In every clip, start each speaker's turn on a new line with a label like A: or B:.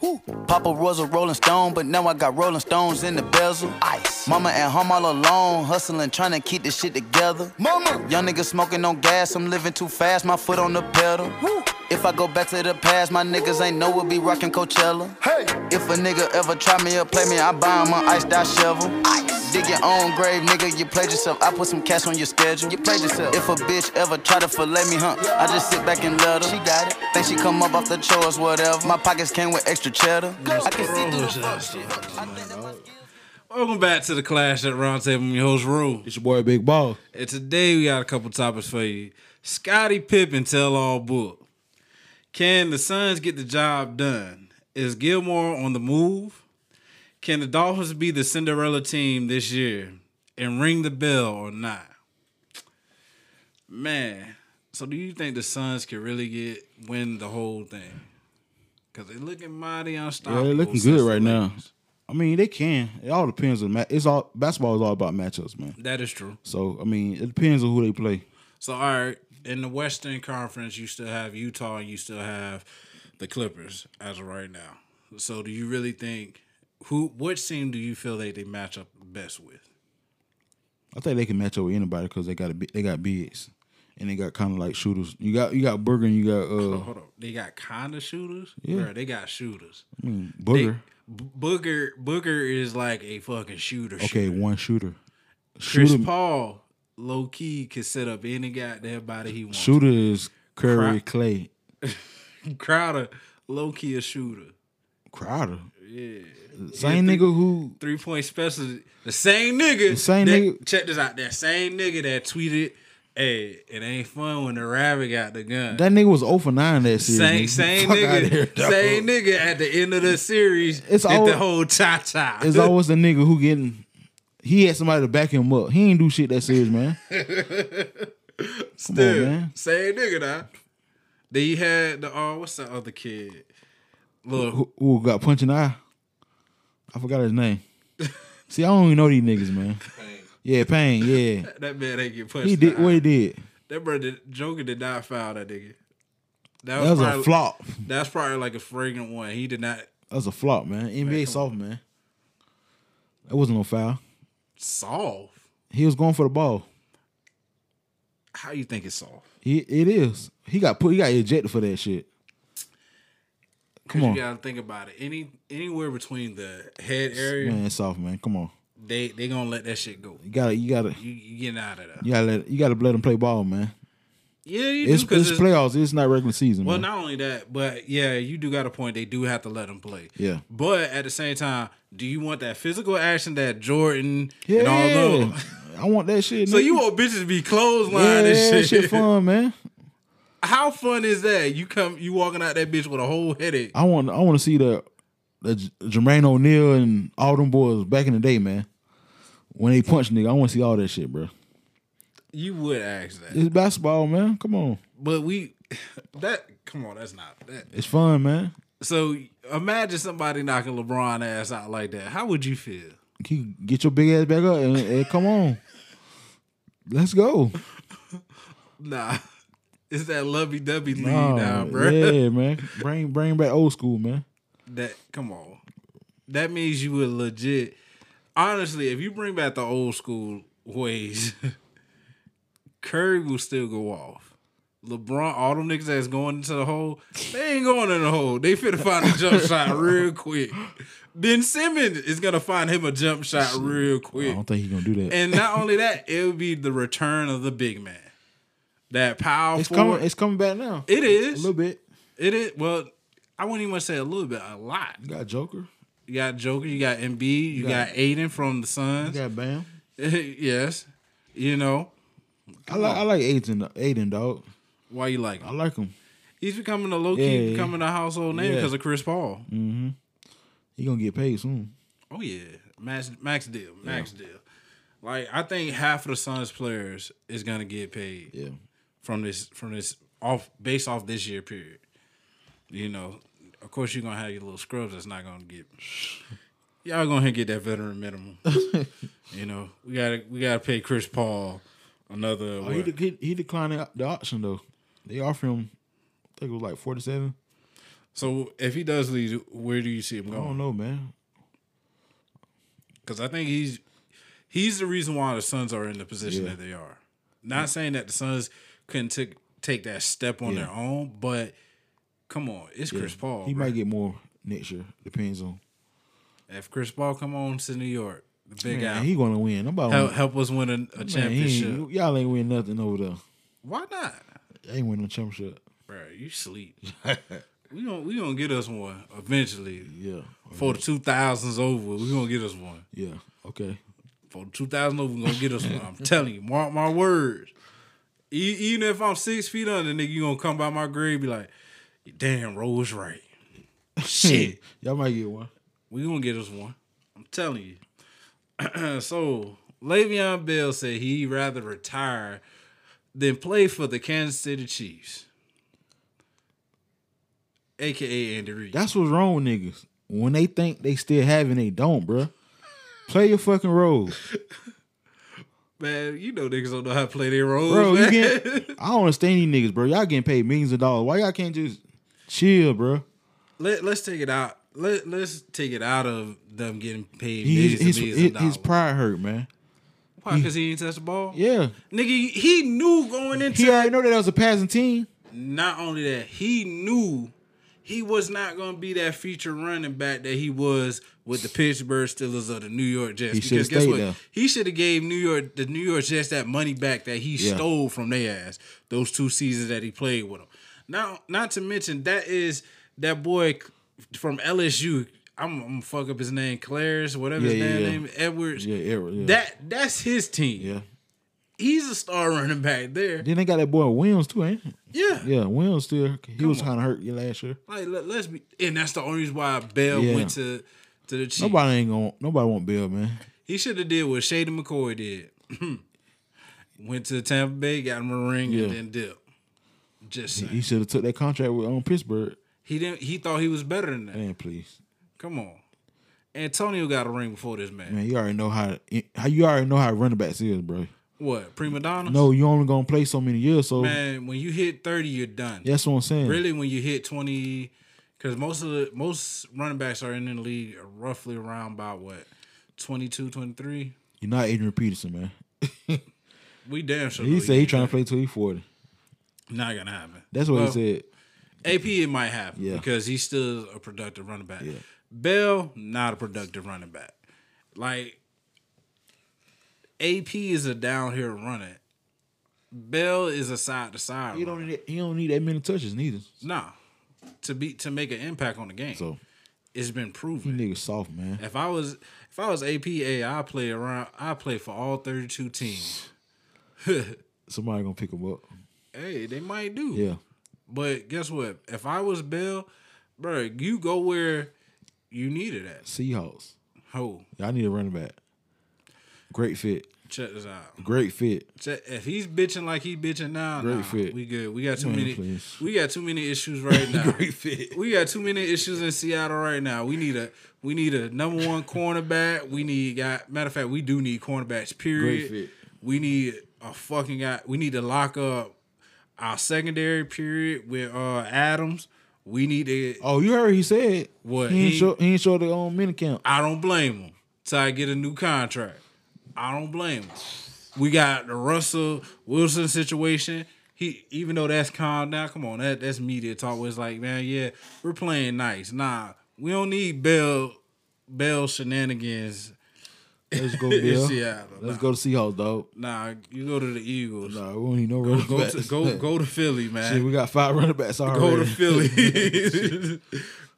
A: Woo. Papa was a rolling stone, but now I got rolling stones in the bezel. Ice. Mama at home all alone, hustling, trying to keep this shit together. Mama. Young nigga smoking on gas, I'm living too fast, my foot on the pedal. Woo. If I go back to the past, my niggas ain't know we'll be rocking Coachella. Hey. If a nigga ever try me or play me, I buy him an iced out shovel. Ice. Dig your own grave, nigga, you played yourself. I put some cash on your schedule. You played yourself. If a bitch ever try to fillet me, huh? I just sit back and let her. She got it. Think she come up off the chores, whatever. My pockets came with extra cheddar. I can see through the fuck shit. I think that's my skill.
B: Welcome back to the Clash at Roundtable. I'm your host, Rue.
C: It's your boy Big Ball.
B: And today we got a couple topics for you. Scotty Pippen tell all book. Can the Suns get the job done? Is Gilmore on the move? Can the Dolphins be the Cinderella team this year and ring the bell or not? Man, so do you think the Suns can really get win the whole thing? Because they looking mighty
C: Yeah,
B: unstoppable.
C: they're looking
B: since
C: good
B: the
C: right now.
B: Lakers.
C: I mean, they can. It all depends on ma- it's all basketball is all about matchups, man.
B: That is true.
C: So I mean, it depends on who they play.
B: So all right, in the Western Conference, you still have Utah and you still have the Clippers as of right now. So do you really think who which team do you feel they, they match up best with?
C: I think they can match up with anybody because they got a, bi- they got bigs and they got kind of like shooters. You got you got Burger and you got uh
B: Hold on. They got kind of shooters?
C: Yeah.
B: Bruh, they got shooters.
C: I mean,
B: They-
C: Booger.
B: B- Booker Booker is like a fucking shooter.
C: okay,
B: shooter.
C: one shooter.
B: Chris
C: Shooter,
B: Paul low key can set up any goddamn body he wants.
C: shooter is Curry
B: Cry-
C: Clay
B: Crowder low key a shooter.
C: Crowder.
B: Yeah.
C: Same
B: Yeah,
C: nigga
B: three-
C: who
B: three point special. The same nigga.
C: The same
B: that-
C: nigga-
B: Check this out. That same nigga that tweeted, "Hey, it ain't fun when the rabbit got the gun."
C: that nigga was 0 for 9 that series.
B: same
C: nigga.
B: same
C: Fuck outta
B: nigga.
C: here, dog.
B: same nigga at the end of the series.
C: It's
B: It's did
C: always-
B: the whole cha cha.
C: It's always the nigga who getting he had somebody to back him up. He ain't do shit that serious, man.
B: Still,
C: man.
B: same nigga now. Then you had the oh, what's the other kid? Look,
C: Who, who got punched in the eye? I forgot his name. See, I don't even know these niggas, man. Yeah, Pain. Yeah,
B: that man ain't get punched.
C: he
B: in the
C: did what
B: eye.
C: he did.
B: That brother Joker did not foul that nigga.
C: That was a
B: probably-
C: flop.
B: That's probably like a fragrant one. He did not
C: That was a flop, man. NBA soft, man. That wasn't no foul.
B: solve.
C: He was going for the ball.
B: How you think it's soft?
C: He it is. He got put. He got ejected for that shit. Come
B: 'Cause
C: on.
B: you gotta think about it. Any anywhere between the head area,
C: Man, it's soft, man. Come on.
B: they they gonna let that shit go.
C: You gotta. You gotta.
B: You, you getting out of there?
C: You gotta let. You gotta let him play ball, man.
B: Yeah, you do
C: It's,
B: 'cause
C: it's playoffs. It's not regular season.
B: Well,
C: man.
B: not only that, but yeah, you do got a point. They do have to let them play.
C: Yeah.
B: But at the same time, do you want that physical action that Jordan
C: Yeah,
B: and all those?
C: I want that shit.
B: So
C: nigga.
B: you want bitches to be clothesline
C: yeah,
B: and shit.
C: that shit fun, man.
B: How fun is that? You come, you walking out that bitch with a whole headache.
C: I want I want to see the the J- Jermaine O'Neal and all them boys back in the day, man. When they punch nigga, I want to see all that shit, bro.
B: You would ask that,
C: It's basketball, man. Come on,
B: but we that come on, that's not that.
C: it's fun, man.
B: So imagine somebody knocking LeBron ass out like that. How would you feel?
C: You get your big ass back up and, and come on, let's go.
B: Nah, it's that lovey dovey lead
C: Oh,
B: now, bro.
C: Yeah, man. Bring bring back old school, man.
B: That come on. That means you were legit. Honestly, if you bring back the old school ways, Curry will still go off. LeBron, all them niggas that's going into the hole, they ain't going in the hole. They finna find a jump shot real quick. Ben Simmons is gonna find him a jump shot real
C: I
B: quick.
C: don't think he gonna do that.
B: And not only that, it would be the return of the big man. That powerful.
C: it's coming. It's coming back now.
B: It
C: a
B: is.
C: little bit.
B: It is. Well, I wouldn't even say a little bit, a lot.
C: You got Joker.
B: You got Joker, you got MB, you got, Aiden from the
C: You
B: Suns.
C: got Bam.
B: yes. You know,
C: I like I like Aiden. Aiden dog.
B: why you like
C: I
B: him?
C: like him.
B: He's becoming a low key,
C: Yeah, yeah.
B: becoming a household name
C: Yeah. Mm.
B: because of Chris Paul.
C: He gonna get paid soon.
B: Oh yeah, max max deal, max deal. Like I think half of the Suns players is gonna get paid
C: Yeah.
B: from this from this off based off this year period. You know, of course you're gonna have your little scrubs that's not gonna get y'all gonna have to get that veteran minimum. you know, we gotta we gotta pay Chris Paul another
C: Oh, he,
B: what?
C: de- he he declined the the option though. They offered him, I think it was like forty seven.
B: So if he does leave, where do you see him
C: I don't
B: going?
C: know, man.
B: Because I think he's he's the reason why the Suns are in the position
C: Yeah.
B: that they are. Not saying that the Suns couldn't take take that step on their own, but come on, it's Chris Paul.
C: He
B: bro.
C: might get more next year. Depends on.
B: if Chris Paul come on to New York, the big
C: Man,
B: out,
C: he gonna win. I'm about
B: help, help us win a, a
C: man, he ain't-
B: championship.
C: y'all ain't win nothing over there.
B: Why not?
C: They ain't winning no championship.
B: Bro, you sleep. we gonna we gonna get us one eventually.
C: Yeah.
B: For the two thousands over, we gonna get us one.
C: Yeah. Okay.
B: For the two thousand over, we gonna get us one. I'm telling you, mark my words. E- even if I'm six feet under, nigga, you gonna come by my grave be like, damn, Roe was right. Shit,
C: Y'all might get one.
B: we gonna get us one. I'm telling you. so Le'Veon Bell said he'd rather retire than play for the Kansas City Chiefs, aka Andy Reid.
C: That's what's wrong with niggas. When they think they still have it, they don't, bruh. Play your fucking role,
B: Man, you know niggas don't know how to play their roles,
C: bro. You
B: man.
C: get. I don't understand these niggas, bro. Y'all getting paid millions of dollars. Why y'all can't just chill, bro?
B: Let, let's take it out. Let, let's take it out of them getting paid
C: He,
B: millions
C: his,
B: and millions
C: his,
B: of dollars.
C: his pride hurt, man.
B: Why? Because he didn't touch the ball?
C: Yeah,
B: Nigga, he knew going into
C: he already know that that was a passing team.
B: Not only that, he knew he was not going to be that feature running back that he was with the Pittsburgh Steelers or the New York Jets.
C: He should've stayed there.
B: He should have gave New York the New York Jets that money back that he
C: Yeah.
B: stole from their ass those two seasons that he played with them. Now, not to mention that is that boy from LSU. I'm, I'm gonna fuck up his name, Claire's, whatever his
C: Yeah, yeah,
B: damn
C: yeah.
B: name, Edwards.
C: Yeah, yeah, yeah.
B: That that's his team.
C: yeah.
B: He's a star running back there.
C: Then they got that boy Williams too, ain't? it?
B: Yeah.
C: Yeah, Williams still. He was kind of hurt last year.
B: Like let, us be, and that's the only reason why Bell
C: Yeah.
B: went to to the Chiefs.
C: Nobody ain't gonna. Nobody want Bill, man.
B: He should have did what Shady McCoy did. went to Tampa Bay, got him a ring,
C: Yeah.
B: and then dip. Just saying.
C: He should have took that contract with on Pittsburgh.
B: he didn't. He thought he was better than that.
C: Man, please,
B: Come on, Antonio got a ring before this man.
C: man. You already know how. How you already know how running backs is, bro.
B: What prima donna?
C: No, you only gonna play so many years, so
B: man. When you hit thirty, you're done.
C: that's what I'm saying.
B: Really, when you hit twenty, because most of the most running backs are in the league roughly around by what 22, 23?
C: You're not Adrian Peterson, man.
B: We damn sure. know
C: He said he
B: ain't
C: trying to play till he forty.
B: Not gonna happen.
C: That's what
B: Well,
C: he said.
B: AP it might happen
C: Yeah.
B: because he's still a productive running back.
C: Yeah.
B: Bell not a productive running back. Like AP is a downhill runner. Bell is a side to side.
C: He don't. Need, he don't need that many touches neither.
B: Nah, to be to make an impact on the game,
C: So
B: it's been
C: you
B: proven.
C: niggas soft, man.
B: If I was if I was APA, I play around. I play for all thirty two teams.
C: Somebody gonna pick him up.
B: Hey, they might do.
C: Yeah,
B: But guess what? If I was Bell, bro, you go where you needed at.
C: Seahawks.
B: Oh,
C: Y'all need a running back. Great fit.
B: check this out.
C: Great fit.
B: Check, if he's bitching like he bitching now,
C: Great
B: nah,
C: fit.
B: we good. We got too
C: Man,
B: many.
C: please.
B: We got too many issues right now.
C: Great fit.
B: We got too many issues in Seattle right now. We need a we need a number one cornerback. We need got matter of fact, we do need cornerbacks. Period.
C: fit.
B: We need a fucking guy. We need to lock up our secondary. Period with uh Adams. We need to
C: Oh, you heard he said
B: What,
C: He ain't
B: he-
C: show, he ain't show the um, minicamp.
B: I don't blame him. Till I get a new contract. I don't blame him. We got the Russell Wilson situation. He even though that's calm now, come on, that that's media talk was like, man, yeah, we're playing nice. Nah, we don't need Bell Bell shenanigans
C: Let's go,
B: in
C: Bill.
B: Seattle.
C: Let's
B: nah.
C: go to Seahawks, dog.
B: Nah, you go to the Eagles.
C: Nah, we don't need no running
B: Go
C: backs.
B: to go go to Philly, man.
C: Shit, we got five running backs already.
B: go to Philly.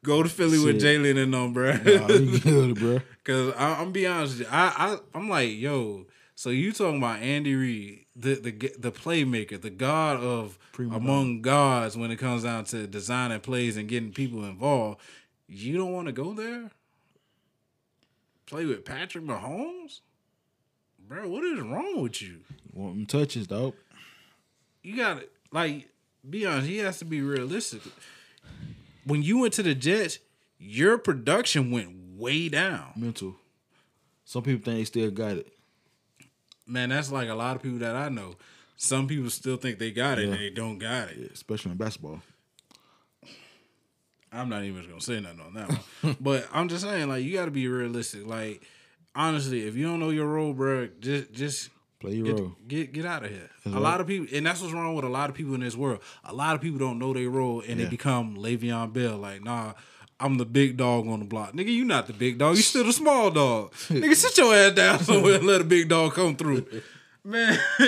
B: go to Philly with
C: Shit.
B: Jalen and them, bro.
C: Nah, we good, bro.
B: Cause I, I'm be honest, with you. I, I I'm like, yo. So you talking about Andy Reid, the the g- the playmaker, the god of among gods when it comes down to designing plays and getting people involved. You don't want to go there. Play with Patrick Mahomes, bro. What is wrong with you?
C: Want them touches, dog.
B: You got to like be honest. He has to be realistic. When you went to the Jets, your production went way down.
C: Mental. Some people think they still got it.
B: man, that's like a lot of people that I know. Some people still think they got it and they don't got it.
C: especially in basketball.
B: I'm not even gonna say nothing on that one. but I'm just saying, like, you got to be realistic. Like, honestly, if you don't know your role, bro, just just
C: Play your
B: get,
C: role.
B: Get get out of here. a lot of people, and that's what's wrong with a lot of people in this world. A lot of people don't know their role, and they become Le'Veon Bell. Like, nah. I'm the big dog on the block. Nigga, you not the big dog. You still the small dog. Nigga, sit your ass down somewhere and let a big dog come through. Man,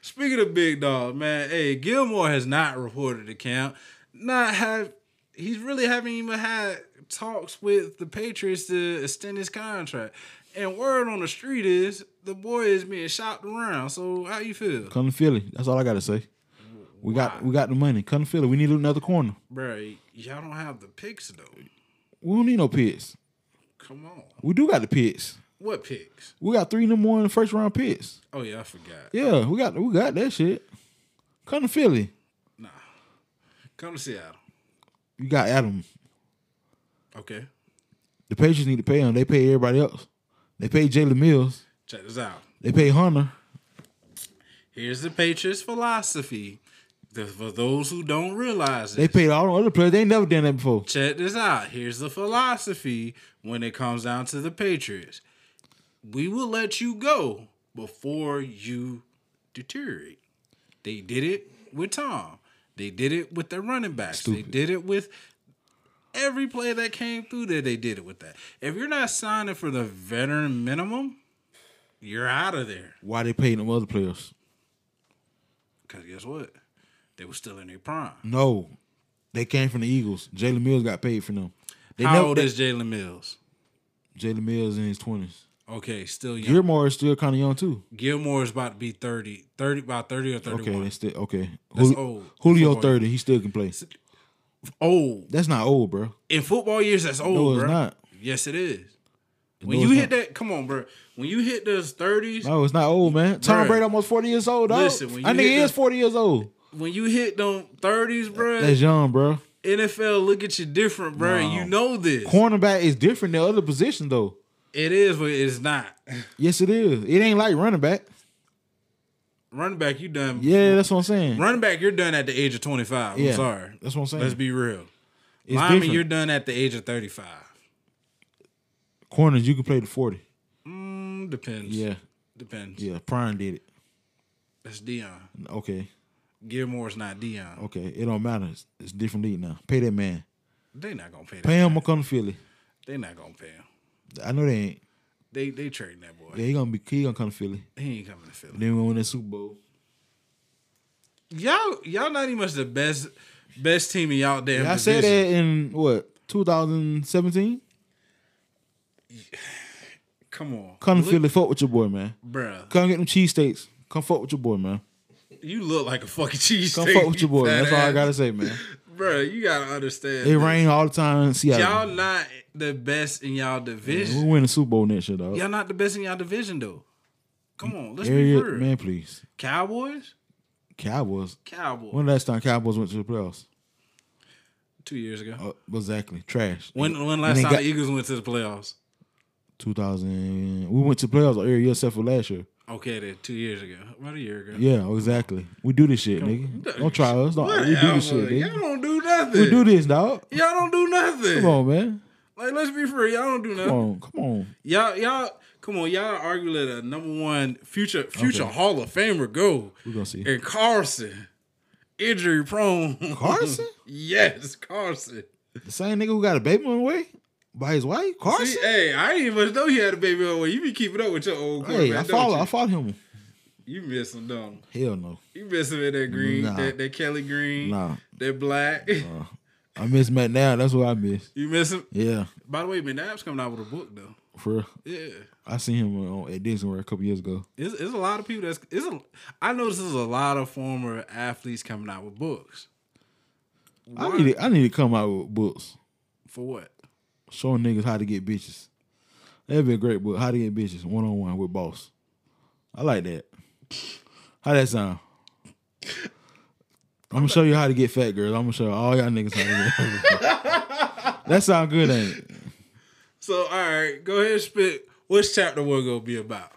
B: speaking of big dog, man, hey, Gilmore has not reported the camp. Not have he's really haven't even had talks with the Patriots to extend his contract. And word on the street is the boy is being shopped around. So how you feel,
C: Come to Philly. That's all I gotta say. We got we got the money. Come to Philly. We need another corner.
B: bro? Y'all don't have the picks though.
C: We don't need no picks.
B: Come on,
C: We do got the picks.
B: what picks?
C: We got three number one first round picks.
B: Oh yeah, I forgot.
C: Yeah, we got we got that shit. Come to Philly.
B: Come to Seattle.
C: You got Adam.
B: Okay,
C: The Patriots need to pay him. They pay everybody else. They pay Jalen Mills.
B: check this out.
C: They pay Hunter.
B: Here's the Patriots' philosophy. The- for those who don't realize it,
C: They paid all the other players. They ain't never done that before.
B: check this out. Here's the philosophy when it comes down to the Patriots. We will let you go before you deteriorate. They did it with Tom. They did it with their running backs.
C: Stupid.
B: They did it with every play that came through there. They did it with that. If you're not signing for the veteran minimum, you're out of there.
C: Why they paid them other players?
B: Because guess what? They were still in their prime.
C: No. They came from the Eagles. Jalen Mills got paid for them. They
B: How
C: never-
B: old
C: they-
B: is Jalen Mills?
C: Jalen Mills in his twenties?
B: Okay, still young.
C: Gilmore is still kind of young too.
B: Gilmore is about to be 30, 30 about 30 or 31.
C: Okay, that's still okay.
B: That's
C: Jul-
B: old.
C: Julio
B: Football.
C: thirty, he still can play.
B: Old.
C: That's not old, bro.
B: Oh, In football years, that's old,
C: No,
B: bro.
C: it's not.
B: Yes, it is. When
C: No,
B: you
C: it's
B: hit that, come on, bro. When you hit those 30s,
C: No, it's not old, man. Tom
B: Bruh.
C: Brady almost forty years old. Dog.
B: Listen, when
C: I
B: you
C: nigga
B: hit
C: is
B: the-
C: forty years old.
B: when you hit them 30s, bro,
C: That's young, bro.
B: NFL look at you different, bro. You know this.
C: Cornerback is different than other position though.
B: It is, but it's not.
C: Yes, it is. It ain't like running back.
B: Running back, you done.
C: Yeah, that's what I'm saying.
B: Running back, you're done at the age of 25.
C: yeah,
B: I'm sorry.
C: That's what I'm saying.
B: Let's be real.
C: it's
B: Lineman,
C: different.
B: you're done at the age of 35.
C: Corners, you can play to forty.
B: Mm, depends.
C: Yeah,
B: Depends.
C: yeah. Prime did it.
B: That's Dion.
C: Okay,
B: Gilmore's not Dion.
C: okay. It don't matter. It's, it's different league now. Pay that man.
B: They not gonna pay that.
C: Pay him
B: guy.
C: or come to Philly.
B: They not gonna pay him.
C: I know they ain't.
B: They they trading that boy.
C: Yeah, he gonna be. He gonna come to Philly.
B: He ain't coming to Philly.
C: Then we gonna win that Super Bowl.
B: Y'all y'all not even much the best best team in y'all damn.
C: I
B: division.
C: said that in what 2017.
B: Come on,
C: Come to
B: look,
C: Philly, fuck with your boy, man.
B: bruh.
C: Come get them cheesesteaks. Come fuck with your boy, man.
B: You look like a fucking cheese.
C: Come fuck with your boy. Man. That's all I gotta say, man.
B: Bruh, you gotta understand.
C: It
B: this.
C: rain all the time in
B: Y'all
C: Seattle.
B: not the best in y'all
C: We
B: division.
C: win the Super Bowl next year, dog.
B: Y'all not the best in y'all division though. Come on, let's be
C: Area,
B: real.
C: man, please.
B: Cowboys,
C: Cowboys.
B: Cowboys.
C: When last time Cowboys went to the playoffs?
B: Two years ago.
C: Oh, exactly. Trash.
B: When when last
C: they
B: time
C: got-
B: the Eagles went to the playoffs?
C: 2000. We went to the playoffs every year except for last year.
B: Okay, then two years ago. About a year ago.
C: Yeah, exactly. We do this shit, nigga. Don't try us. Don't, we do this shit,
B: Whatever. Y'all
C: nigga.
B: don't do nothing.
C: We do this, dog.
B: Y'all don't do nothing.
C: Come on, man.
B: Like let's be free. Y'all don't do nothing.
C: Come on. Come on.
B: Y'all y'all come on. Y'all argue that a number one future future Hall of Famer go
C: We're gonna see.
B: and Carson injury prone.
C: Carson?
B: yes, Carson.
C: The same nigga who got a baby on the way by his wife, Carson.
B: See, hey, I didn't even know he had a baby on the way. You be keeping up with your old quarterback.
C: hey, I
B: don't
C: follow.
B: You?
C: I follow him.
B: you miss him, don't you?
C: Hell no.
B: you? Miss him in that green,
C: Nah.
B: that, that Kelly green,
C: Nah.
B: that black.
C: I miss Matt now. That's what I miss.
B: you miss him.
C: Yeah,
B: By the way, McNabb's coming out with a book though.
C: for real.
B: Yeah.
C: I seen him on, at Disney World a couple years ago.
B: It's, it's a lot of people that's it's a, I know this is a lot of former athletes coming out with books.
C: I need to, I need to come out with books
B: For what?
C: showing niggas how to get bitches. That'd be a great book. How to get bitches one on one with boss. I like that. How that sound? I'm gonna show you how to get fat girls. I'm gonna show all y'all niggas how to get. that sound good, ain't it?
B: So all right, go ahead and spit. What's chapter one gonna be about?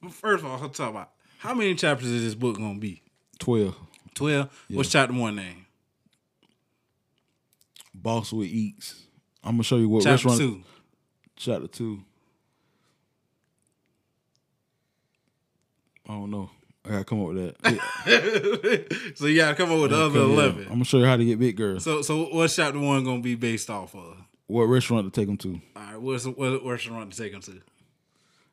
B: Well, First of all, let's talk about how many chapters is this book gonna be?
C: Twelve.
B: Twelve. What's chapter one name?
C: Boss with Eats. I'm gonna show you what
B: Chapter
C: restaurant.
B: two.
C: Chapter two. I don't know. I gotta come up with that. Yeah,
B: so you gotta come up with the other
C: yeah.
B: eleven.
C: I'm gonna show you how to get big girls.
B: So so what's chapter one gonna be based off of?
C: what restaurant to take them to?
B: All right, what's what restaurant to take them to?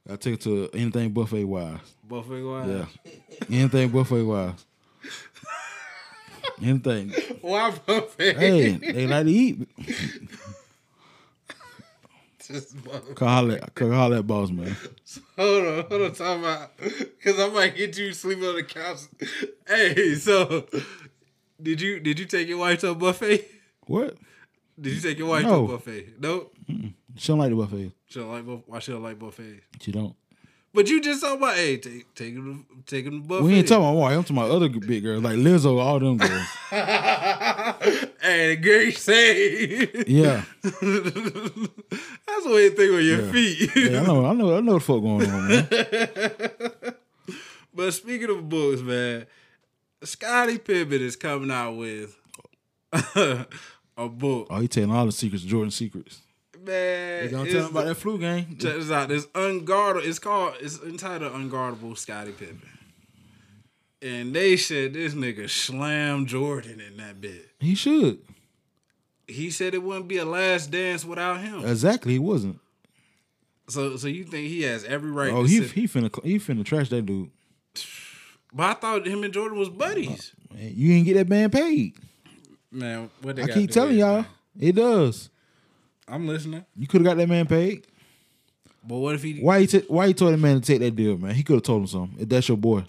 C: I take them to anything buffet wise.
B: Buffet wise.
C: Yeah, anything buffet wise. anything.
B: Why buffet?
C: Hey, they like to eat.
B: Just buffet.
C: Call holler, call holler at boss man.
B: Hold on, hold on, time out, because I might get you sleeping on the couch. Hey, so did you did you take your wife to a buffet?
C: What?
B: Did you take your wife
C: No.
B: to a buffet? No.
C: She don't like the buffet.
B: She don't like buff- why she don't like buffets.
C: She don't.
B: But you just talking about hey, take take him to- take him to buffet.
C: We ain't talking about Mario. I'm talking about other big girls like Lizzo, all them girls.
B: hey, the girl say
C: Yeah,
B: that's the way you think with your
C: Yeah.
B: feet.
C: yeah. I know. I know. I know what the fuck going on, man.
B: But speaking of books, man, Scotty Pippen is coming out with a book.
C: Oh, he telling all the secrets, Jordan secrets.
B: Man,
C: They gonna
B: it's
C: tell him about
B: the-
C: that flu game.
B: check this out. This unguardable. It's called. It's entitled "Unguardable Scotty Pippen." And they said this nigga slammed Jordan in that bit.
C: He should.
B: He said it wouldn't be a last dance without him.
C: Exactly. He wasn't.
B: So, so you think he has every right?
C: Oh,
B: to
C: he
B: sit-
C: he finna he finna trash that dude.
B: But I thought him and Jordan was buddies.
C: Man, you ain't get that man paid.
B: Man, what they
C: I
B: gotta
C: keep
B: do
C: telling
B: is,
C: y'all,
B: man,
C: it does.
B: I'm listening.
C: You could have got that man paid.
B: But what if he?
C: Why he t- why he told that man to take that deal, man? He could have told him something. If that's your boy,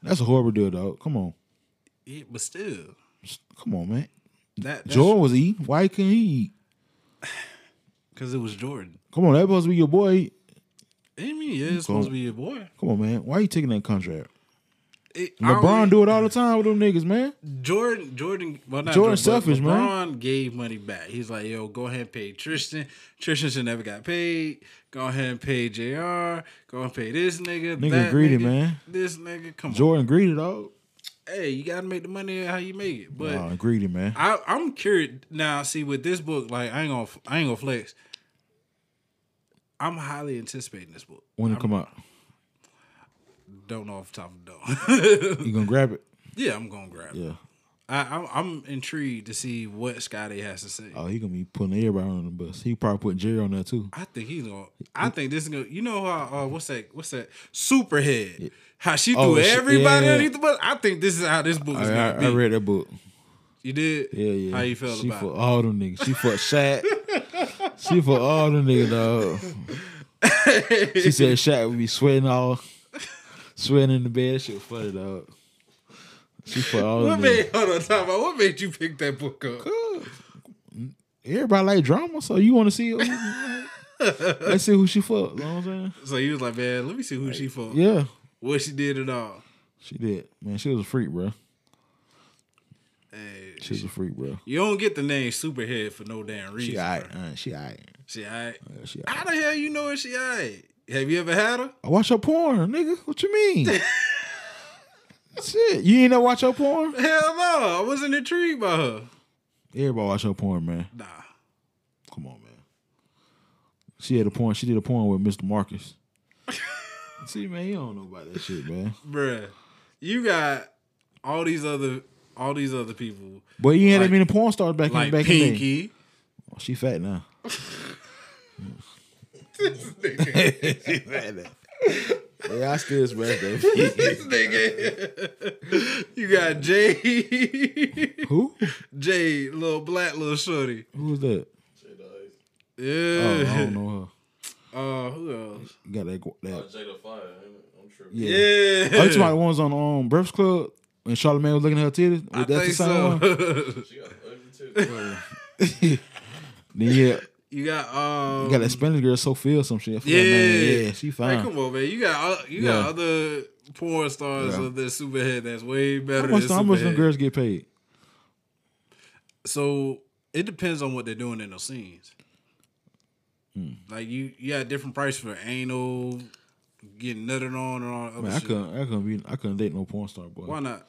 C: that's a horrible deal, dog. Come on,
B: Yeah, but still,
C: come on, man.
B: that that's-
C: Jordan was eating. Why couldn't he eat?
B: Cause it was Jordan.
C: Come on, that supposed to be your boy.
B: I mean, yeah, it's supposed to be your boy.
C: Come on, man. Why you taking that contract?
B: It, I
C: LeBron
B: don't-
C: do it all the time with them niggas, man.
B: Jordan, Jordan, well, not
C: Jordan's
B: Jordan, but
C: selfish,
B: LeBron
C: man.
B: gave money back. He's like, yo, go ahead and pay Tristan. Tristan should never got paid. Go ahead and pay Jr. Go and pay this nigga.
C: Nigga
B: that
C: greedy,
B: nigga,
C: man.
B: This nigga, come
C: Jordan greedy, dog.
B: on. Hey, you gotta make the money how you make it. But
C: Nah, greedy, man.
B: I, I'm curious now. See, with this book, like I ain't gonna, I ain't gonna flex. I'm highly anticipating this book.
C: When it come out,
B: Don't know off the top of the dome.
C: you gonna grab it?
B: yeah, I'm gonna grab. it.
C: Yeah.
B: I, I'm, I'm intrigued to see what Scotty has to say.
C: Oh, he gonna be putting everybody on the bus. He probably putting Jerry on there too.
B: I think he's gonna. I think this is gonna. You know how? Uh, what's that? What's that? Superhead. How she
C: Oh,
B: threw
C: she-
B: everybody
C: yeah.
B: underneath the bus. I think this is how this book
C: I,
B: is
C: I,
B: gonna be.
C: I read that book.
B: You did.
C: Yeah, yeah.
B: How you felt
C: she
B: about?
C: for
B: it?
C: all them niggas. She for Shaq. she for all them niggas, dog. she said Shaq would be sweating all, sweating in the bed. That Shit was funny, dog. She for all
B: What
C: them niggas.
B: made? Hold on, talk about what made you pick that book up?
C: Everybody like drama, so you want to see. Let's see who she fucked. You know what I'm saying?
B: So you was like, man, let me see who she for.
C: Yeah,
B: What she did at all.
C: she did. Man, she was a freak, bro.
B: Hey,
C: She was a freak, bro.
B: you don't get the name Superhead for no damn reason.
C: She alright.
B: bruh.
C: Uh, she alright.
B: She alright.
C: Yeah, She alright.
B: How the hell you know if she alright? Have you ever had her?
C: I watch your porn, nigga. What you mean? Shit, you ain't never watch your porn?
B: Hell no. I wasn't intrigued by her.
C: Everybody watch your porn, man.
B: Nah.
C: Come on, man. She had a porn. She did a porn with Mr. Marcus. See, man, you don't know about that shit, man.
B: Bruh. You got all these other all these other people.
C: But you ain't had
B: Like-
C: that many porn stars back
B: Like
C: in back in the day.
B: Pinky.
C: Oh, she fat now.
B: This nigga.
C: Yeah, I still smash that.
B: this nigga. you got Jay.
C: Who?
B: Jay, little black little shorty.
C: Who was that? Oh, I
B: Yeah.
C: don't know her. Oh.
B: Uh, who else?
C: You got that. that
D: Jada Fire, ain't it? I'm tripping.
C: yeah.
B: Yeah.
C: Oh, you talking about the ones on um, Breakfast Club when Charlamagne was looking at her titties?
B: I
C: Was that the
B: think
C: same
B: so.
C: one?
D: She got ugly too.
C: Then yeah,
B: you got um.
C: you got that Spanish girl Sophia or some shit. I forgot
B: Yeah.
C: her name. yeah, she
B: Hey,
C: fine.
B: come on, man. You got uh, you got
C: Yeah.
B: other porn stars
C: Yeah.
B: of this superhead that's way better.
C: how much?
B: than
C: How much
B: Superhead.
C: them girls get paid?
B: So it depends on what they're doing in those scenes.
C: Hmm.
B: Like you, you got different price for anal, getting nutted on, and all that other
C: Man, I
B: shit.
C: couldn't. I couldn't be. I couldn't date no porn star, boy.
B: Why not?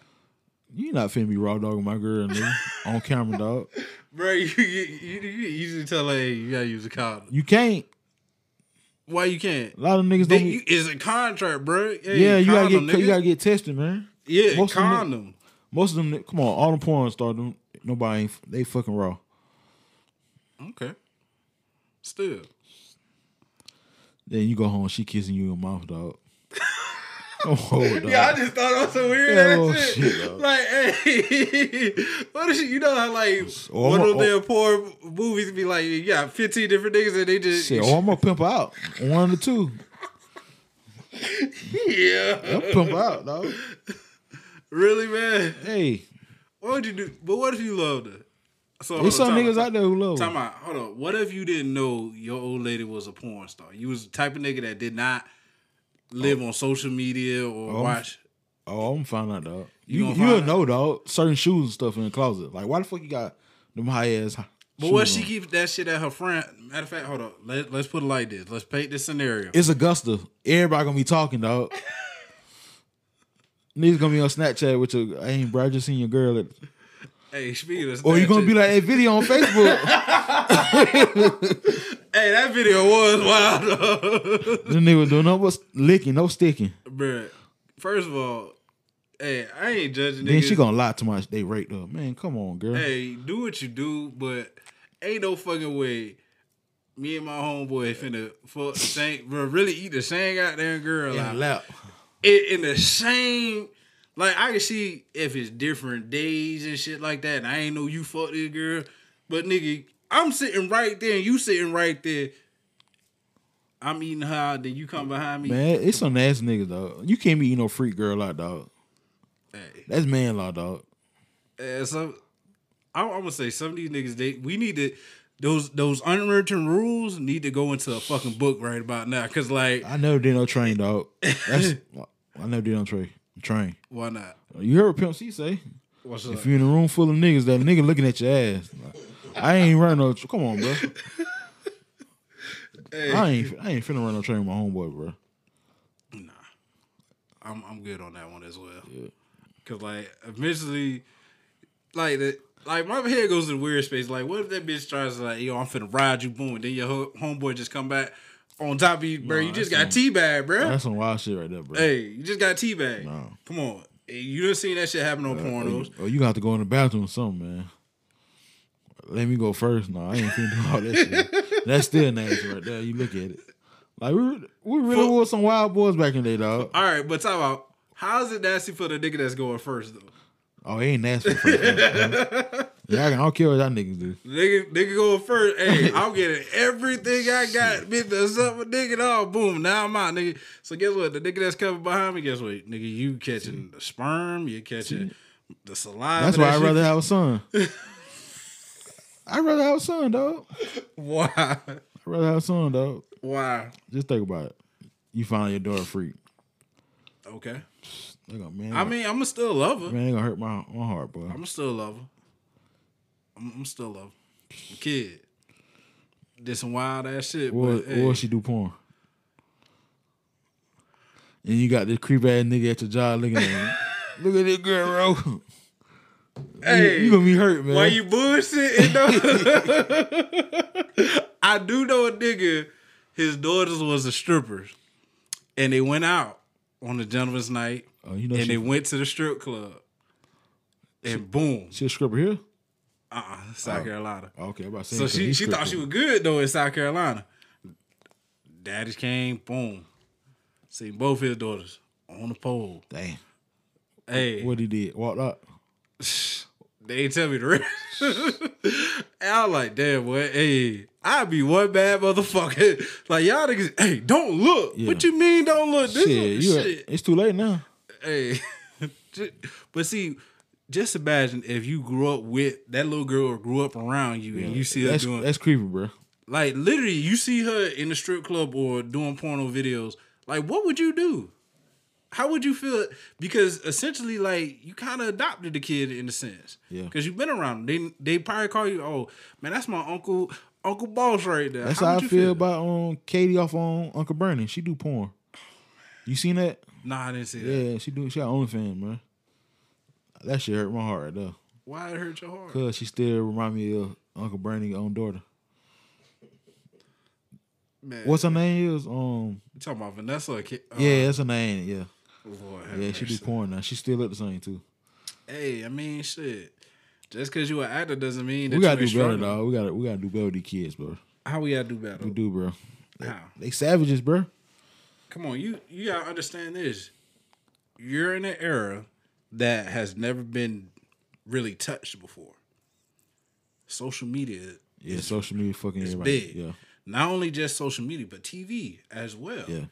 C: You not finna be raw dogging my girl nigga, on camera, dog.
B: Bro, you you, you, you usually tell her, hey, you gotta use a condom.
C: You can't.
B: Why you can't?
C: A lot of niggas
B: They,
C: don't.
B: you,
C: be,
B: it's a contract, bro. Hey,
C: yeah, you gotta get
B: condom,
C: you
B: nigga.
C: gotta get tested, man.
B: yeah,
C: most of them-
B: condom.
C: Most of them, ni- come on, all the porn star, them, nobody ain't they fucking raw.
B: Okay. Still.
C: Then you go home, she kissing you in your mouth, dog. oh, dog.
B: Yeah, I just thought I was so weird.
C: Yeah,
B: ass
C: oh,
B: shit.
C: shit, dog.
B: like, hey, what is you know how like
C: Oh,
B: one
C: I'm a-
B: of their poor movies be like, you got fifteen different niggas and they just
C: Shit, oh, I'm gonna pimp her out. One or two.
B: yeah,
C: I'm pimp her out, dog.
B: really man.
C: Hey,
B: What would you do? But what if you loved her? So hold
C: there's
B: on,
C: some
B: time
C: niggas
B: out,
C: out there who love.
B: Time
C: her.
B: out. Hold on. What if you didn't know your old lady was a porn star? You was the type of nigga that did not live on social media or
C: Oh.
B: watch.
C: Oh, I'm gonna find out, dog.
B: You
C: You
B: gonna
C: you'll
B: find
C: know, dog. Certain shoes and stuff in the closet. Like, why the fuck you got them high ass?
B: But what if she keeps that shit at her friend? Matter of fact, hold on. Let, let's put it like this. Let's paint this scenario.
C: It's Augusta. Everybody gonna be talking, dog. Niggas gonna be on Snapchat with your. I ain't bro. I just seen your girl. At,
B: Hey, speaking of
C: or Oh, you gonna
B: Snapchat-
C: be like, hey, video on Facebook.
B: Hey, that video was wild,
C: the nigga doing no but licking, no sticking.
B: bro. First of all, hey, I ain't judging.
C: Then
B: niggas.
C: she gonna lie to my. They raped her. Man, come on, girl.
B: Hey, do what you do, but ain't no fucking way. Me and my homeboy finna fuck the same, bro. Really eat the same goddamn girl
C: In
B: out.
C: the lap.
B: in, in the same. Like I can see if it's different days and shit like that. And I ain't know you fucked this girl, but nigga, I'm sitting right there and you sitting right there. I'm eating her, out, then you come behind me.
C: Man, it's some ass niggas, dog. You can't be eating no freak girl out, dog.
B: Hey,
C: That's man law, dog.
B: uh, some, I, I'm gonna say some of these niggas. They we need to those those unwritten rules need to go into a fucking book right about now. Cause like,
C: I never did no train, dog. That's I never did no train. Train.
B: why not?
C: You heard what Pimp C say?
B: What's
C: If you in a room full of niggas, that nigga looking at your ass. I ain't run no. Come on, bro. I ain't. I ain't finna run no train with my homeboy, bro.
B: Nah, I'm I'm good on that one as well. Cause like eventually, like the. Like my head goes to the weird space. Like, what if that bitch tries to like, yo, I'm finna ride you, boom, and then your ho- homeboy just come back on top of you, bro. you just got teabagged, bro.
C: That's some wild shit right there, bro.
B: Hey, you just got teabagged.
C: No.
B: Come on, Hey, you done seen that shit happen on
C: Or you,
B: pornos?
C: or Oh, you gonna have to go in the bathroom or something, man. Let me go first. No, I ain't finna do all that shit. That's still nasty right there. You look at it. Like we, we really
B: For-
C: were some wild boys back in the day, dog.
B: All right, but talk about how's it nasty for the nigga that's going first though?
C: Oh, it ain't nasty. For first, man. yeah, I don't care what y'all niggas do.
B: Nigga, nigga going first. Hey, I'm getting everything I got. Bitch, that's up with nigga. Oh, boom. Now I'm out, nigga. So guess what? The nigga that's coming behind me, guess what? Nigga, you catching the sperm, you catching the saliva.
C: That's why
B: that
C: I'd
B: shit-
C: rather have a son. I'd rather have a son, dog.
B: Why?
C: I'd rather have a son, dog.
B: Why?
C: Just think about it. You find your daughter freak.
B: Okay.
C: They gonna, man,
B: I mean, I'ma still love her.
C: man, they gonna hurt my, my heart, boy.
B: I'ma still love her. I'm, I'm still love her. I'm a kid. Did some wild ass shit.
C: Or,
B: but, hey.
C: or she do porn. And you got this creep ass nigga at your job looking at you. Look at this girl, bro.
B: Hey,
C: you, you gonna be hurt, man.
B: Why you bullshitting though? I do know a nigga, his daughters was a strippers, and they went out on a gentleman's night,
C: oh, you know
B: and
C: she,
B: they went to the strip club, and boom,
C: she a stripper here?
B: uh, uh South Carolina.
C: Oh, okay, I'm about to say.
B: So
C: okay,
B: she
C: he's
B: she thought she
C: stripper.
B: was good though in South Carolina. Daddies came, boom, see both his daughters on the pole.
C: Damn.
B: Hey,
C: What he did? Walked up.
B: They ain't tell me the rest. and I'm like, damn, boy, hey, I be one bad motherfucker. like y'all niggas, hey, don't look. What
C: Yeah.
B: you mean don't look? This
C: Shit, you
B: shit,
C: right. it's too late now.
B: hey. Ju- but see, just imagine if you grew up with that little girl grew up around you and you see her
C: that's,
B: doing
C: that's creepy, bro.
B: like literally you see her in the strip club or doing porno videos. Like, what would you do? How would you feel? Because essentially, like you kind of adopted the kid in a sense.
C: Yeah.
B: Because you've been around. Them. They they probably call you, oh man, that's my uncle Uncle Boss right there.
C: That's how, I
B: would
C: feel,
B: you
C: about um Katie off on Uncle Bernie. She do porn. You seen that?
B: Nah, I didn't see that.
C: Yeah, she do. She got OnlyFans, man. That shit hurt my heart though.
B: Why it hurt your heart?
C: Cause she still remind me of Uncle Bernie's own daughter.
B: Man,
C: What's her name is? Um
B: you talking about Vanessa? Or Ki- oh,
C: Yeah, that's her name, yeah.
B: Lord have
C: Yeah, she do
B: mercy.
C: porn now. She still look the same too.
B: Hey, I mean, shit. Just because you an actor doesn't mean that
C: We gotta
B: you
C: do better,
B: struggling.
C: dog. We gotta we gotta do better with these kids, bro.
B: How we gotta do better?
C: We do, bro.
B: How?
C: They savages, bro.
B: Come on, you you gotta understand this. You're in an era that has never been really touched before. Social media
C: Yeah, social media fucking
B: is
C: everybody.
B: big.
C: Yeah.
B: Not only just social media, but TV as well.
C: Yeah.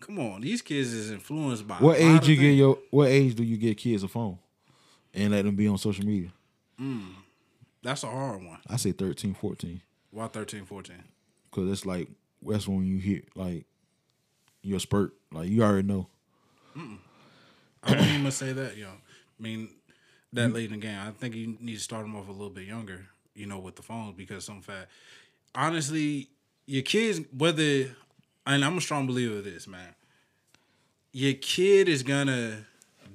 B: Come on, these kids is influenced by
C: What
B: a lot
C: age
B: of
C: you get
B: things.
C: your what age do you get kids a phone and let them be on social media?
B: That's a hard one.
C: I say 13, 14.
B: Why 13, 14?
C: Cause that's like that's when you hit like your spurt. Like you already know.
B: I wouldn't even say that young. I mean, that late in the game. I think you need to start them off a little bit younger, you know, with the phones because some fat. Honestly, your kids, whether, and I'm a strong believer of this, man. Your kid is gonna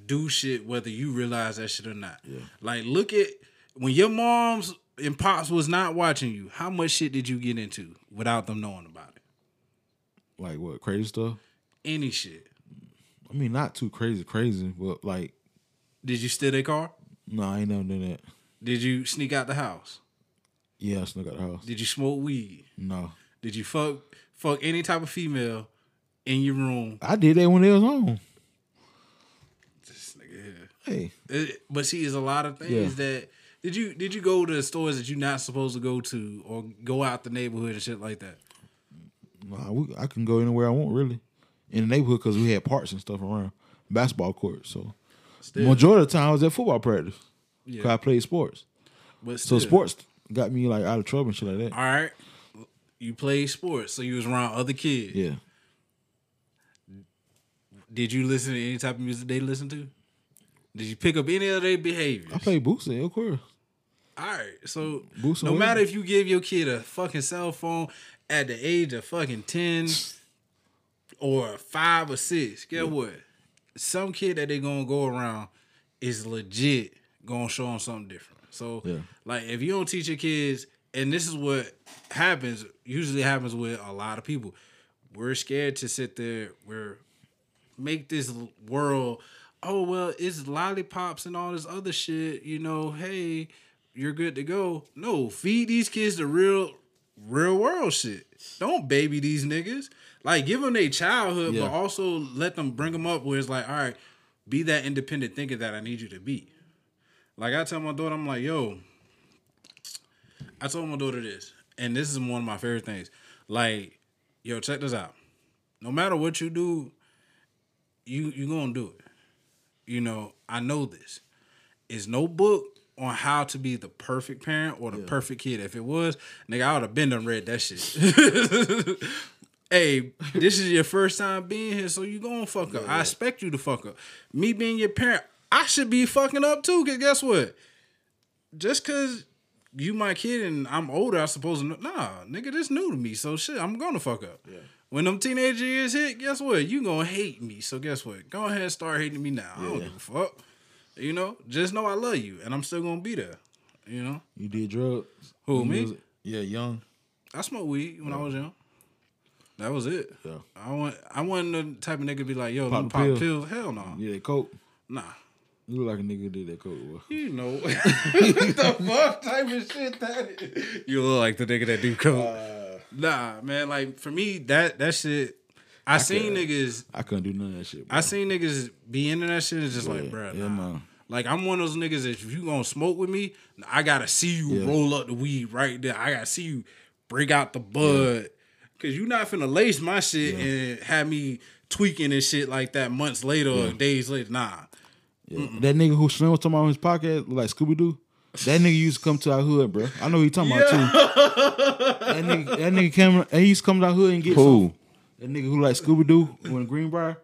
B: do shit whether you realize that shit or not. Like, look at when your mom's and pops was not watching you. How much shit did you get into without them knowing about it?
C: Like what crazy stuff.
B: Any shit?
C: I mean, not too crazy, crazy, but like
B: Did you steal their car?
C: no, I ain't never done that.
B: Did you sneak out the house?
C: Yeah, I snuck out the house.
B: Did you smoke weed?
C: No,
B: Did you fuck fuck any type of female in your room?
C: I did that when they was home.
B: This nigga here.
C: Hey,
B: It- Uh, but see, it's a lot of things that did you did you go to stores that you're not supposed to go to or go out the neighborhood and shit like that?
C: nah, we, I can go anywhere I want really in the neighborhood because we had parks and stuff around basketball courts. So
B: Still,
C: majority of the time I was at football practice. 'cause
B: Yeah.
C: I played sports.
B: but
C: So
B: still.
C: sports got me like out of trouble and shit like that.
B: All right, you played sports, so you was around other kids.
C: Yeah,
B: Did you listen to any type of music they listen to? Did you pick up any of their behaviors?
C: I played boosting, of course.
B: All right, so
C: Boost
B: no
C: away.
B: matter if you give your kid a fucking cell phone at the age of fucking ten or five or six, guess what? Some kid that they gonna go around is legit gonna show them something different. So,
C: Yeah.
B: like, if you don't teach your kids, and this is what happens, usually happens with a lot of people, we're scared to sit there. We're make this l- world oh well it's lollipops and all this other shit you know hey you're good to go no feed these kids the real real world shit don't baby these niggas like give them their childhood
C: Yeah.
B: but also let them bring them up where it's like all right be that independent thinker that i need you to be like i tell my daughter i'm like yo i told my daughter this and this is one of my favorite things like yo check this out no matter what you do you you gonna do it. You know, I know this. It's no book on how to be the perfect parent or the perfect kid. If it was, nigga, I would have been done read that shit. hey, this is your first time being here, so you gonna fuck up. I expect you to fuck up. Me being your parent, I should be fucking up too. Cause guess what? Just cause you my kid and I'm older, I suppose. Nah, nigga, this new to me, so shit, I'm gonna fuck up. When them teenage years hit, guess what? You gonna hate me. So guess what? Go ahead and start hating me now. I don't give a fuck. You know, just know I love you, and I'm still gonna be there. You know,
C: You did drugs?
B: Who,
C: You
B: me?
C: was- Yeah, young.
B: I smoked weed when I was young. That was it.
C: Yeah.
B: I want. I wasn't the type of nigga to be like, yo, pop,
C: Pop the
B: pop
C: pill.
B: pills. Hell no.
C: Yeah, that coke.
B: Nah.
C: You look like a nigga did that coke. Boy.
B: You know what the fuck type of shit that is. Uh, You look like the nigga that do coke. nah, man. Like for me, that that shit. I, seen niggas.
C: I couldn't do none of that shit. Bro.
B: I seen niggas be into that shit. It's just like,
C: Yeah,
B: bruh,
C: yeah,
B: nah.
C: man.
B: Like I'm one of those niggas that if you gonna smoke with me, I gotta see you
C: Yeah.
B: roll up the weed right there. I gotta see you break out the bud, cause you not finna lace my shit and have me tweaking and shit like that months later or days later. Nah,
C: Yeah. That nigga who Slim was talking about on his podcast, look like Scooby Doo. That nigga used to come to our hood, bro. I know who you talking about too. That nigga, that nigga came. And he used to come to our hood and get
E: Who?
C: some. That nigga who like Scooby Doo when Greenbrier,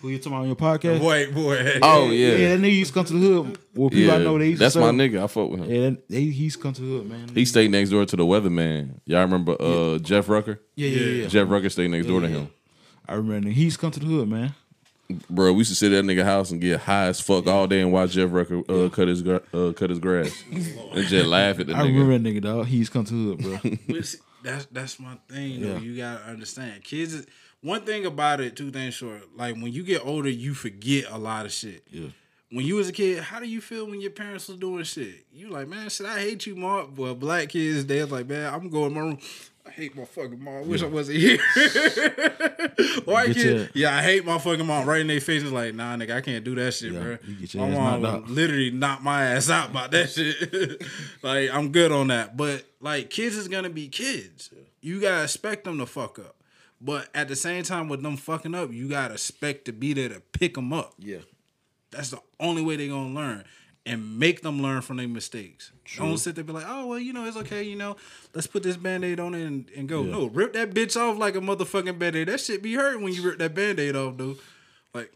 C: who you talking about on your podcast?
B: boy, boy.
E: Oh yeah,
C: yeah.
E: yeah.
C: that nigga used to come to the hood. Well, people I know they used
E: That's
C: to
E: my
C: serve-
E: nigga. I fuck with him.
C: Yeah, that, they, he used to come to the hood, man.
E: He stayed next door to the weatherman. Y'all remember uh, Jeff Rucker?
C: yeah, yeah, yeah, yeah.
E: Jeff Rucker stayed next door to
C: yeah.
E: him.
C: I remember. that nigga. He used to come to the hood, man.
E: bro, we used to sit at that nigga house and get high as fuck all day and watch Jeff Rucker uh, cut his gra- uh, cut his grass and just laugh at the
C: I
E: nigga.
C: remember that nigga dog. He used to come to the hood, bro.
B: But see, that's that's my thing though.
C: Yeah.
B: You gotta understand, kids. Is, one thing about it, two things short. Like when you get older, you forget a lot of shit.
C: Yeah.
B: When you was a kid, how do you feel when your parents was doing shit? You like, man, shit, I hate you, mom. But black kids, they was like, man, I'm going to my room. I hate my fucking mom. I wish I wasn't here. White kid,
C: Get your-
B: yeah, I hate my fucking mom. Right in their face, it's like, nah, nigga, I can't do that shit,
C: Yeah,
B: bro.
C: you get your
B: My
C: ass
B: mom
C: knocked
B: would
C: out.
B: literally knock my ass out about that shit. like, I'm good on that. But like, kids is gonna be kids. You gotta expect them to fuck up. But at the same time, with them fucking up, you gotta expect to be there to pick them up.
C: Yeah.
B: That's the only way they're gonna learn. And make them learn from their mistakes. Don't sit there and be like, oh well, you know, it's okay, you know, let's put this band-aid on it and, and go. No, rip that bitch off like a motherfucking band-aid. That shit be hurt when you rip that band-aid off, dude. Like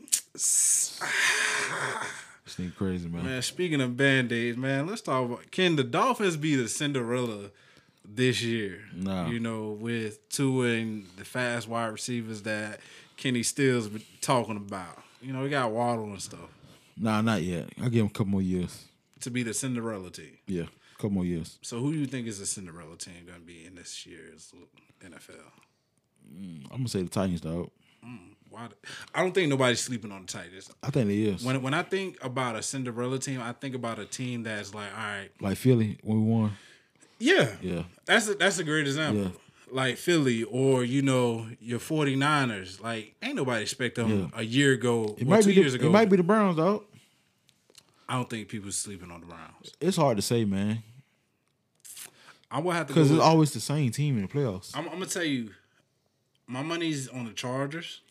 C: This thing crazy, man.
B: Man, speaking of band aids, man, let's talk about can the Dolphins be the Cinderella this year?
C: No.
B: you know, with Tua and the fast wide receivers that Kenny Stills been talking about. You know, we got Waddle and stuff
C: Nah, not yet. I give him a couple more years.
B: to be the Cinderella team.
C: Yeah, couple more years.
B: So, who do you think is the Cinderella team going to be in this year's NFL?
C: I'm gonna say the Titans, dog.
B: Why? I don't think nobody's sleeping on the Titans.
C: I think they is.
B: When when I think about a Cinderella team, I think about a team that's like, all right,
C: like Philly when we won.
B: yeah,
C: Yeah,
B: That's a, that's a great example.
C: Yeah.
B: Like Philly or you know your 49ers. Like ain't nobody expect them a year ago
C: it
B: or
C: might
B: two
C: be. The,
B: years ago.
C: It might be the Browns, dog.
B: I don't think people sleeping on the Browns.
C: It's hard to say, man,
B: I will have to go
C: because
B: with,
C: it's always the same team in the playoffs.
B: I'm, I'm gonna tell you, my money's on the Chargers,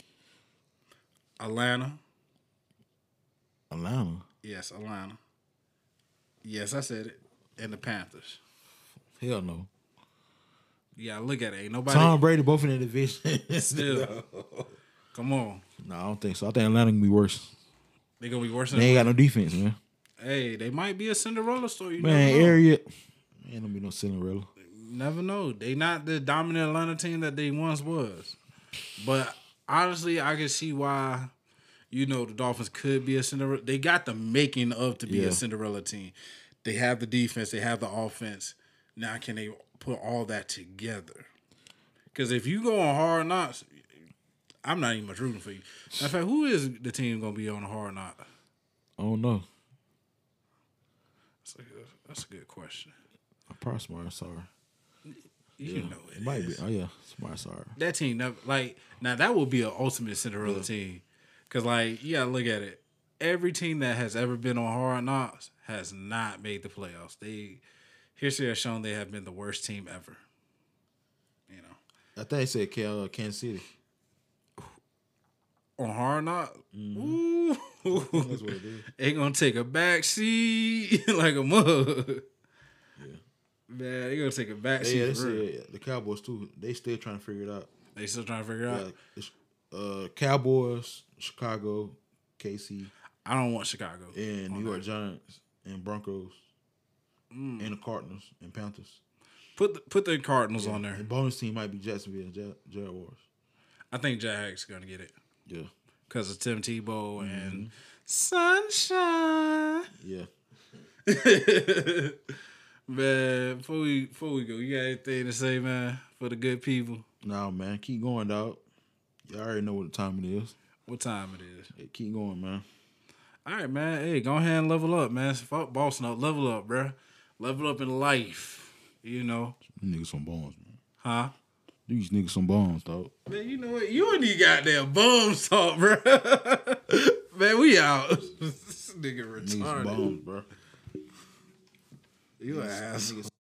B: Atlanta.
C: Atlanta.
B: Yes, Atlanta. Yes, I said it. And the Panthers.
C: Hell no.
B: Yeah, look at it. Ain't nobody
C: Tom Brady, both in the division.
B: still. Come on,
C: no, I don't think so. I think Atlanta can be worse.
B: they gonna be worse
C: They ain't
B: than.
C: got no defense, man.
B: Hey, they might be a Cinderella story. You
C: Man,
B: never know.
C: area. Ain't gonna be no Cinderella.
B: Never know. They not the dominant Atlanta team that they once was. But honestly, I can see why, you know, the Dolphins could be a Cinderella. They got the making of to be
C: Yeah.
B: a Cinderella team. They have the defense. They have the offense. Now can they put all that together? Because if you go on hard knocks, I'm not even much rooting for you. In fact, who is the team gonna be on a hard knock?
C: I don't know.
B: That's a good, that's a good question.
C: I'm probably smart. Sorry.
B: You know it.
C: It might be. Oh yeah, smart. Sorry.
B: that team never like now that would be an ultimate Cinderella team. Cause like you gotta look at it. Every team that has ever been on hard knocks has not made the playoffs. They history has shown they have been the worst team ever. You know.
C: I think they said Cal, uh, Kansas City.
B: On hard knock, ooh,
C: Mm-hmm. That's what it is.
B: ain't gonna take a back seat like a mug. Man, they gonna take a back
C: Yeah,
B: seat.
C: they
B: for real.
C: said the Cowboys too. They still trying to figure it out.
B: They still trying to figure out.
C: Like, it's, uh, Cowboys, Chicago, KC,
B: I don't want Chicago.
C: and
B: on that. Mm.
C: New York Giants, and Broncos, and the Cardinals and Panthers.
B: Put the, put the Cardinals on there.
C: And bonus team might be Jacksonville Ja- Jaguars.
B: I think Jack's gonna get it.
C: Yeah,
B: because of Tim Tebow and Sunshine.
C: yeah.
B: Man, before we before we go, you got anything to say, man, for the good people?
C: Nah, man, keep going, dog. Y'all already know what the time it is.
B: What time it is?
C: Hey, keep going, man.
B: All right, man. Hey, go ahead and level up, man. Fuck bossing up, level up, bruh. Level up in life, you know,
C: Niggas some bombs, man.
B: huh?
C: These niggas some bombs, dog.
B: Man, you know what? You and these goddamn bums talk, bro. man, we out. this nigga
C: Niggas some
B: retarded.
C: bombs, bro.
B: You an asshole.